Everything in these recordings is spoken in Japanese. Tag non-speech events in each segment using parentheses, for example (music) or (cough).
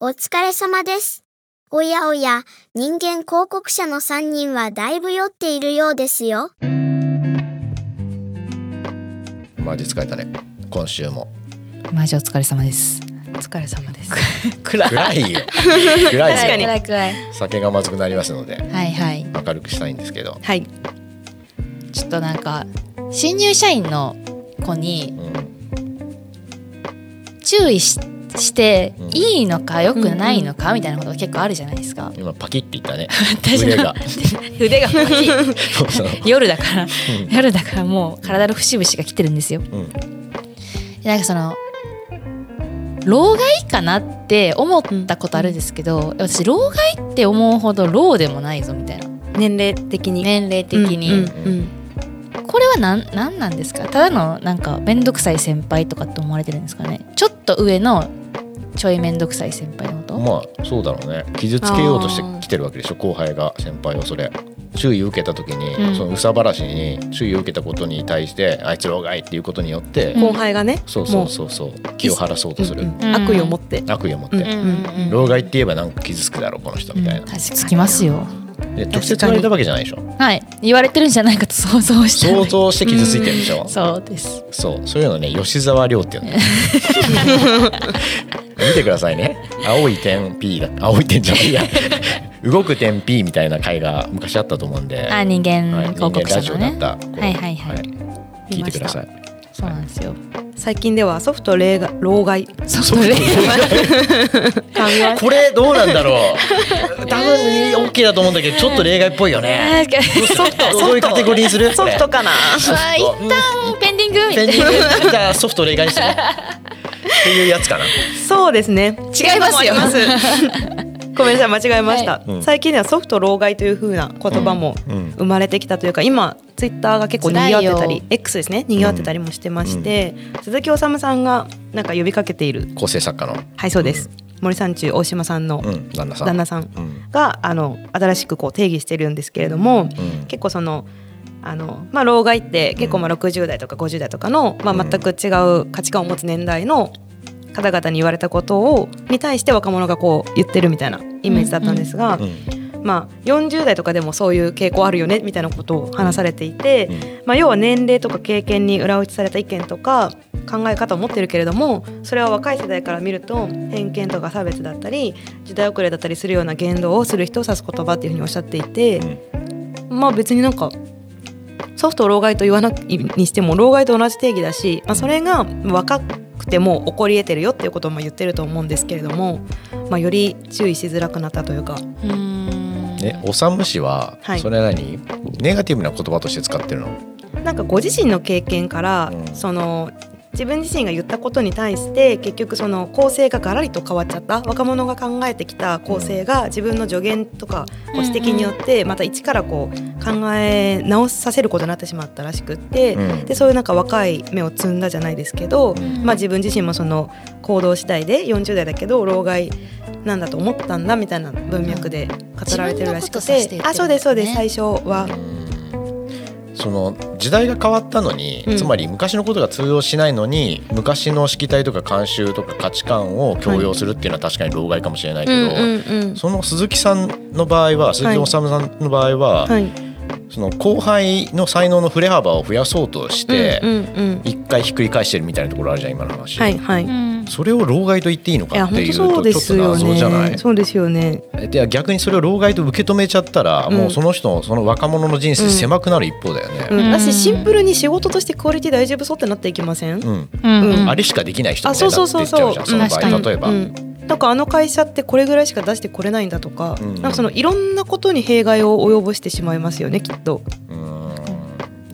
お疲れ様です。おやおや、人間広告者の3人はだいぶ酔っているようですよ。マジ疲れたね今週もマジお疲れ様です。お疲れ様です。暗暗い。いよ暗い確かによ暗い暗い。酒がまずくなりますのではいはい。明るくしたいんですけど、はい。ちょっとなんか新入社員の子にうん、注意ししてうんいいのか良くないのかみたいなことが結構あるじゃないですか。今パキって言ったね私腕のが腕が大きい。そうそう、 (laughs) 夜だからうん夜だからもう体の節々が来てるんですよ。うんなんかその老害かなって思ったことあるんですけど、私老害って思うほど老でもないぞみたいな年齢的に。年齢的に、うんうんこれは何なんなんですかただのなんか面倒くさい先輩とかって思われてるんですかねちょっと上のちょい面倒くさい先輩のこと、まあそうだろうね傷つけようとしてきてるわけでしょ後輩が先輩をそれ注意を受けた時に、うんその憂さ晴らしに注意を受けたことに対してあいつ老害っていうことによって、うん後輩がね。そうそうそうそう気を晴らそうとする、うんうん悪意を持って。悪意を持って、うんうん老害って言えばなんか傷つくだろうこの人みたいな、確かにつきますよで直接言われたわけじゃないでしょはい言われてるんじゃないかと (laughs) 想像して想像して傷ついてるでしょ、 (laughs) そうですそうそういうのね吉沢亮って言うんだよ (laughs) 見てくださいね青い点 P だ青い点じゃないいや動く点 P みたいな回が昔あったと思うんで、あ人間はい、広人間告ラジ者オのだねった、はいはいはい聞いてくださいそうなんですよ最近ではソフト例外老害。ソフトレこれどうなんだろ (laughs) う多分 OK だと思うんだけどちょっと例外っぽいよねソフどういうカテゴリーにするソフトかな。ソフト一旦ペンディングみたペいンデなィングじゃあソフト例外にしてねっていうやつかなそうですね。違いますよ違うのもあります。 (laughs) ごめんなさい間違えました、いうん最近ではソフト老害という風な言葉もうん生まれてきたというか今ツイッターが結構賑わってた辛いりよ X ですね賑わってたりもしてまして、鈴木おさむさんがなんか呼びかけている構成作家の、はいそうです、森三中大島さんのうん、旦那さん旦那さんうんがあの新しくこう定義してるんですけれどもうん結構そのあの、まあ、老害って結構まあ60代とか50代とかの、まあ、うん全く違う価値観を持つ年代の方々に言われたことをに対して若者がこう言ってるみたいなイメージだったんですが、うんまあ、40代とかでもそういう傾向あるよねみたいなことを話されていて、うんまあ、要は年齢とか経験に裏打ちされた意見とか考え方を持ってるけれどもそれは若い世代から見ると偏見とか差別だったり時代遅れだったりするような言動をする人を指す言葉っていうふうにおっしゃっていて、まあ別になんかソフトを老害と言わないにしても老害と同じ定義だし、まあ、それが若くても起こり得てるよっていうことも言ってると思うんですけれども、まあ、より注意しづらくなったというか。うーんね、おさむ氏は、はいそれは何ネガティブな言葉として使ってるの、なんかご自身の経験から、うんその自分自身が言ったことに対して結局その構成がガラリと変わっちゃった若者が考えてきた構成が自分の助言とかご指摘によってまた一からこう考え直させることになってしまったらしくって、うんでそういうなんか若い目を摘んだじゃないですけど、まあ、自分自身もその行動次第で40代だけど老害なんだと思ったんだみたいな文脈で語られてるらし自分のことく、指してて言ってるんだねあそうですそうです最初は、うんその時代が変わったのに、うんつまり昔のことが通用しないのに昔のしきたりとか慣習とか価値観を強要するっていうのは確かに老害かもしれないけど、うんその鈴木さんの場合は鈴木は治いさんの場合は、はい、その後輩の才能の振れ幅を増やそうとして、うんうんうん一回ひっくり返してるみたいなところあるじゃん今の話、はいはい。ういんそれを老害と言っていいのかやって本いう当とそうでちょすっとよ謎じゃないね。そうですよね。で逆にそれを老害と受け止めちゃったら、うんもうその人のその若者の人生狭くなる一方だよね。うん、だしシンプル、ルに仕事としてクオリティ大丈夫そうってなっていきません。うんうんうんうんあれしかできない人あみたいそうになそっうてそっうちゃそううじゃんその場確か合に例えば、うんなんかあの会社ってこれぐらいしか出してこれないんだとか、うんなんかそのいろんなことに弊害を及ぼしてしまいますよねきっと。うん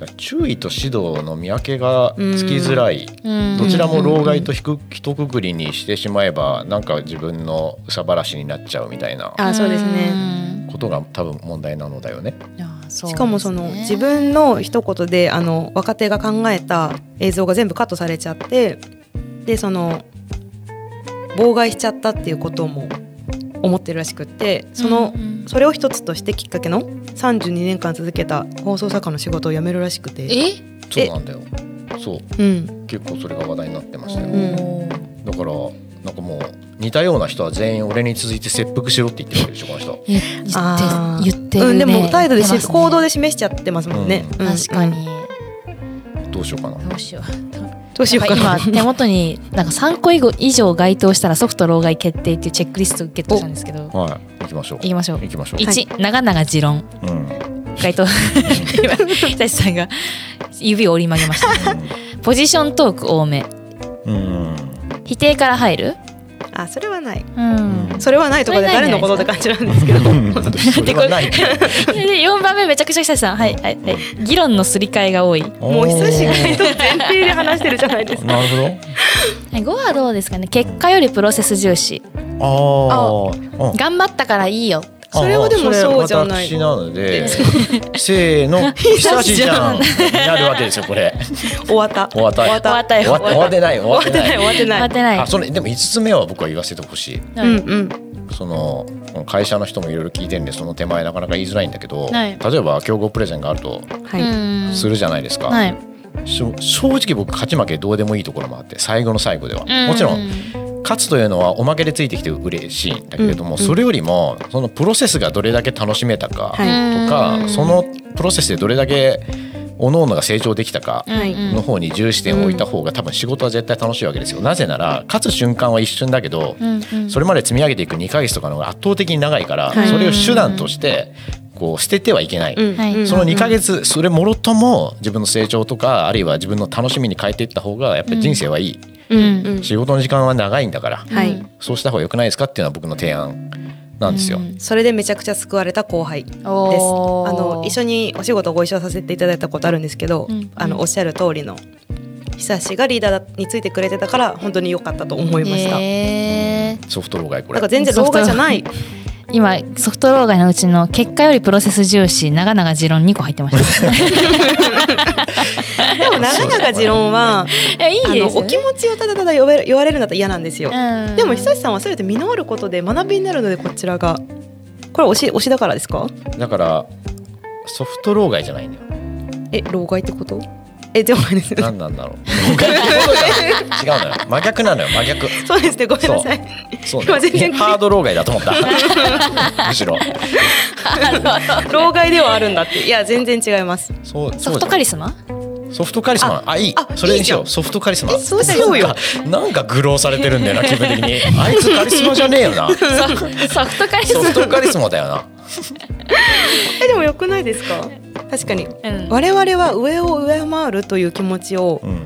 だから注意と指導の見分けがつきづらい、どちらも老害とひくひとくくりにしてしまえばなんか自分の憂さ晴らしになっちゃうみたいなあそうですね。ことが多分問題なのだよね。うんいやそうですねしかもその自分の一言であの若手が考えた映像が全部カットされちゃってでその妨害しちゃったっていうことも思ってるらしくってそのうんうんそれを一つとしてきっかけの32年間続けた放送作家の仕事を辞めるらしくて、えそうなんだよそううん、結構それが話題になってましたよ。おーだからなんかもう似たような人は全員俺に続いて切腹しろって言ってるわけでしょこの人。言ってあー言ってるね、うん、でも態度言でし、ってますね行動で示しちゃってますもんね、うん確かに、どうしようかな。どうしようどうしようかやなっぱ今手元になんか3個以上以上該当したらソフト老害決定っていうチェックリストをゲットしたんですけどはい行きましょう。いきましょう行きましょう。 1、長々持論うんうん該 (laughs) 当今久志さんが指を折り曲げましたポジショントーク多めうん。否定から入る (laughs) あそれはないうんんそれはないとかで誰のことって感じなんで (laughs) すけどうん。それはない。で4番目めちゃくちゃ久志さんはいはいはい議論のすり替えが多いもう久しぶりとお前提で話してるじゃないですーかなる5はどうですかね結果よりプロセス重視ほど。ああ。頑張ったからいいよそれはでもそうじゃないそれ私なので、せーの、久しじゃんになるわけですよこれ。 (laughs) 終わった終わった。終わ終わったよ終わっ終わってない。終わってない。終わってない待てないあ、それでも五つ目は僕は言わせてほしい。はういんうんその会社の人もいろいろ聞いてるんでその手前なかなか言いづらいんだけど、はい例えば競合プレゼンがあるとはい、うんするじゃないですか、はいしょ正直僕勝ち負けどうでもいいところもあって最後の最後では、もちろうん勝つというのはおまけでついてきて嬉しいんだけれども、それよりもそのプロセスがどれだけ楽しめたかとはいか、うんそのプロセスでどれだけ各々が成長できたかはいうんの方に重視点を置いた方が多分仕事は絶対楽しいわけですよ。なぜなら勝つ瞬間は一瞬だけど、うんうんそれまで積み上げていく2ヶ月とかの方が圧倒的に長いから、はいそれを手段としてこう捨ててはいけない、うんはいうんその2ヶ月それもろとも自分の成長とかあるいは自分の楽しみに変えていった方がやっぱり人生はいい、うんうん仕事の時間は長いんだから、はういんそうした方が良くないですかっていうのは僕の提案なんですよ。うんそれでめちゃくちゃ救われた後輩ですあおーの一緒にお仕事をご一緒させていただいたことあるんですけど、うんあのおっしゃる通りの久しがリーダーについてくれてたから本当に良かったと思いました、えーソフト老害これだから全然老害じゃない今ソフト老害のうちの結果よりプロセス重視長々持論2個入ってましたでも長々持論は (laughs) えいいあでのすよおね気持ちをただただ言われ言われるんだったら嫌なんですよ、うんでも久志さんは全て身のあることで学びになるのでこちらがこれ推し推しだからですかだからソフト老害じゃないんだよ。え老害ってことえでもないですよね何なんだろう。老害ってことじゃない違うのよ。真逆なのよ。真逆。そうですねごめんなさいそう今全然ハード老害だと思った。 (laughs) むしろ。老害ではあるんだっていや全然違いますそうソそうフじゃトカないリスマソフトカリスマあいいあそれにしよいいうソフトカリスマえそうしようよなんかなんか愚弄されてるんだよな気分的にあいつカリスマじゃねえよなソソフトカリスソマフトカリスマだよなえでもよくないですか確かにうん我々は上を上回るという気持ちをうん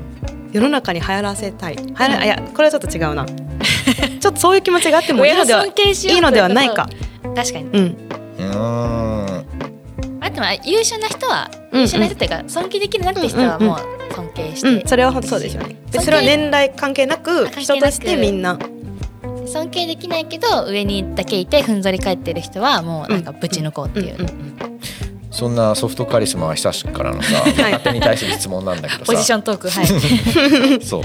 世の中に流行らせたい流行らいやこれはちょっと違う (laughs) なちょっとそういう気持ちがあってもいいのでは親を尊敬しよういいのではないかと確かにうんうーんあでも優秀な人はうんうん優秀な人っていうか尊敬できるなって人はうんうんもう尊敬しうてんそれは本当そうですよねでそれは年代関係なく関係なく人としてみんな尊敬できないけど上にだけいてふんぞり返ってる人はもうなんかぶち抜こうっていう、うんうんそんなソフトカリスマは久しくからのさい勝手に対する質問なんだけどさポジショントークはいそう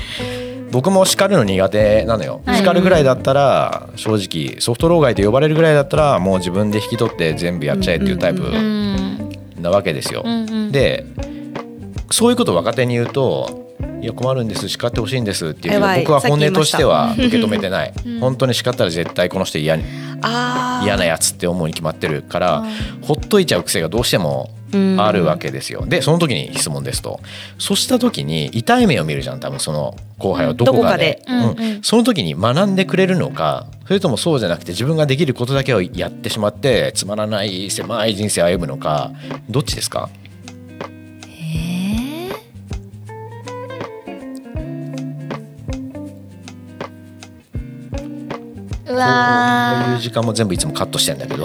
僕も叱るの苦手なのよ、はい叱るぐらいだったら正直ソフト老害と呼ばれるぐらいだったらもう自分で引き取って全部やっちゃえっていうタイプうんなわけですよ、うんうんでそういうことを若手に言うと「いや困るんです叱ってほしいんです」っていうけどやばい僕は本音としてはさっき言受いましたけ止めてないうん本当に叱ったら絶対この人嫌にあー嫌なやつって思うに決まってるからあほっといちゃう癖がどうしてもうんあるわけですよ。でその時に質問ですとそした時に痛い目を見るじゃん多分その後輩はどこかで。どこかでうんうんうんその時に学んでくれるのかそれともそうじゃなくて自分ができることだけをやってしまってつまらない狭い人生を歩むのかどっちですかえーうわこういうー時間も全部いつもカットしてんだけど (laughs) う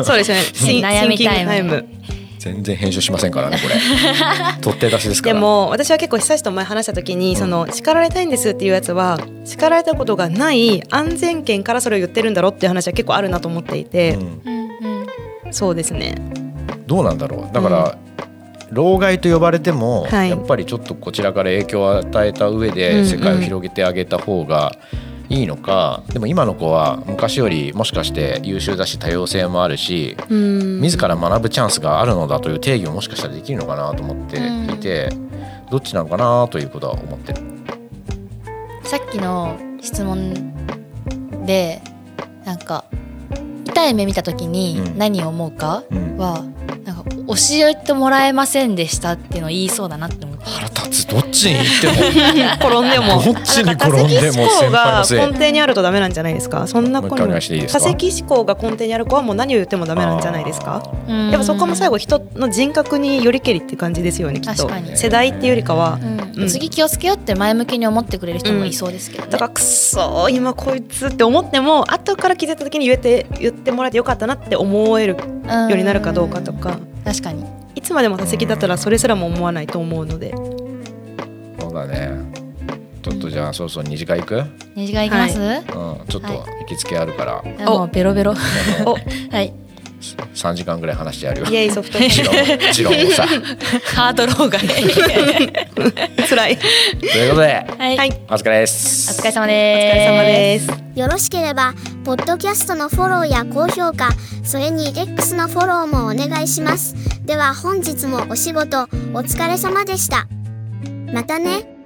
ん (laughs) そうですよね。シン悩みシンキングタイムタイム (laughs) 全然編集しませんからね (laughs) これ取って出しですかでらも私は結構久しと前話した時に、その叱られたいんですっていうやつは叱られたことがない安全圏からそれを言ってるんだろうっていう話は結構あるなと思っていてう、んうんうんそうですね。どうなんだろうだから、老害と呼ばれても、はいやっぱりちょっとこちらから影響を与えた上うんうでん世界を広げてあげた方がいいのか、でも今の子は昔よりもしかして優秀だし多様性もあるしうん自ら学ぶチャンスがあるのだという定義ももしかしたらできるのかなと思っていて、どっちなのかなということは思ってる。さっきの質問でなんか痛い目見た時にうん何を思うかうんは、なんか教えてもらえませんでしたっていうのを言いそうだなって思って腹立つどっちに行っても (laughs) 転んでもどっちに転ん多で席も思考先輩がのせい根底にあるとダメなんじゃないですかそんな子もう一回おに願いしていいです多か席思考が根底にある子はもう何を言ってもダメなんじゃないですかやっぱそこも最後人の人格によりけりって感じですよねきっ確とかに、世代っていうよりかはうんうん次気をつけようって前向きに思ってくれる人もいそうですけどね、だからくっそー今こいつって思っても後から気づいた時に言えて言ってもらえてよかったなって思えるよううになるかどうかとか確かにいつまでも多席だったらそれすらも思わないと思うのでそうだねちょっとじゃあそろそろ二次会行く、うん、ち虹がいきます、ょっと行きつけあるから、あもうベロベロお (laughs) はい三時間ぐらい話してやるよイエイソフトチロンチロンもさハードローがはつらいということでい、 (laughs) はいお疲れですお疲れ様お疲ですれ様ですよろしければポッドキャストのフォローや高評価それに X のフォローもお願いしますでは本日もお仕事お疲れ様でしたまたね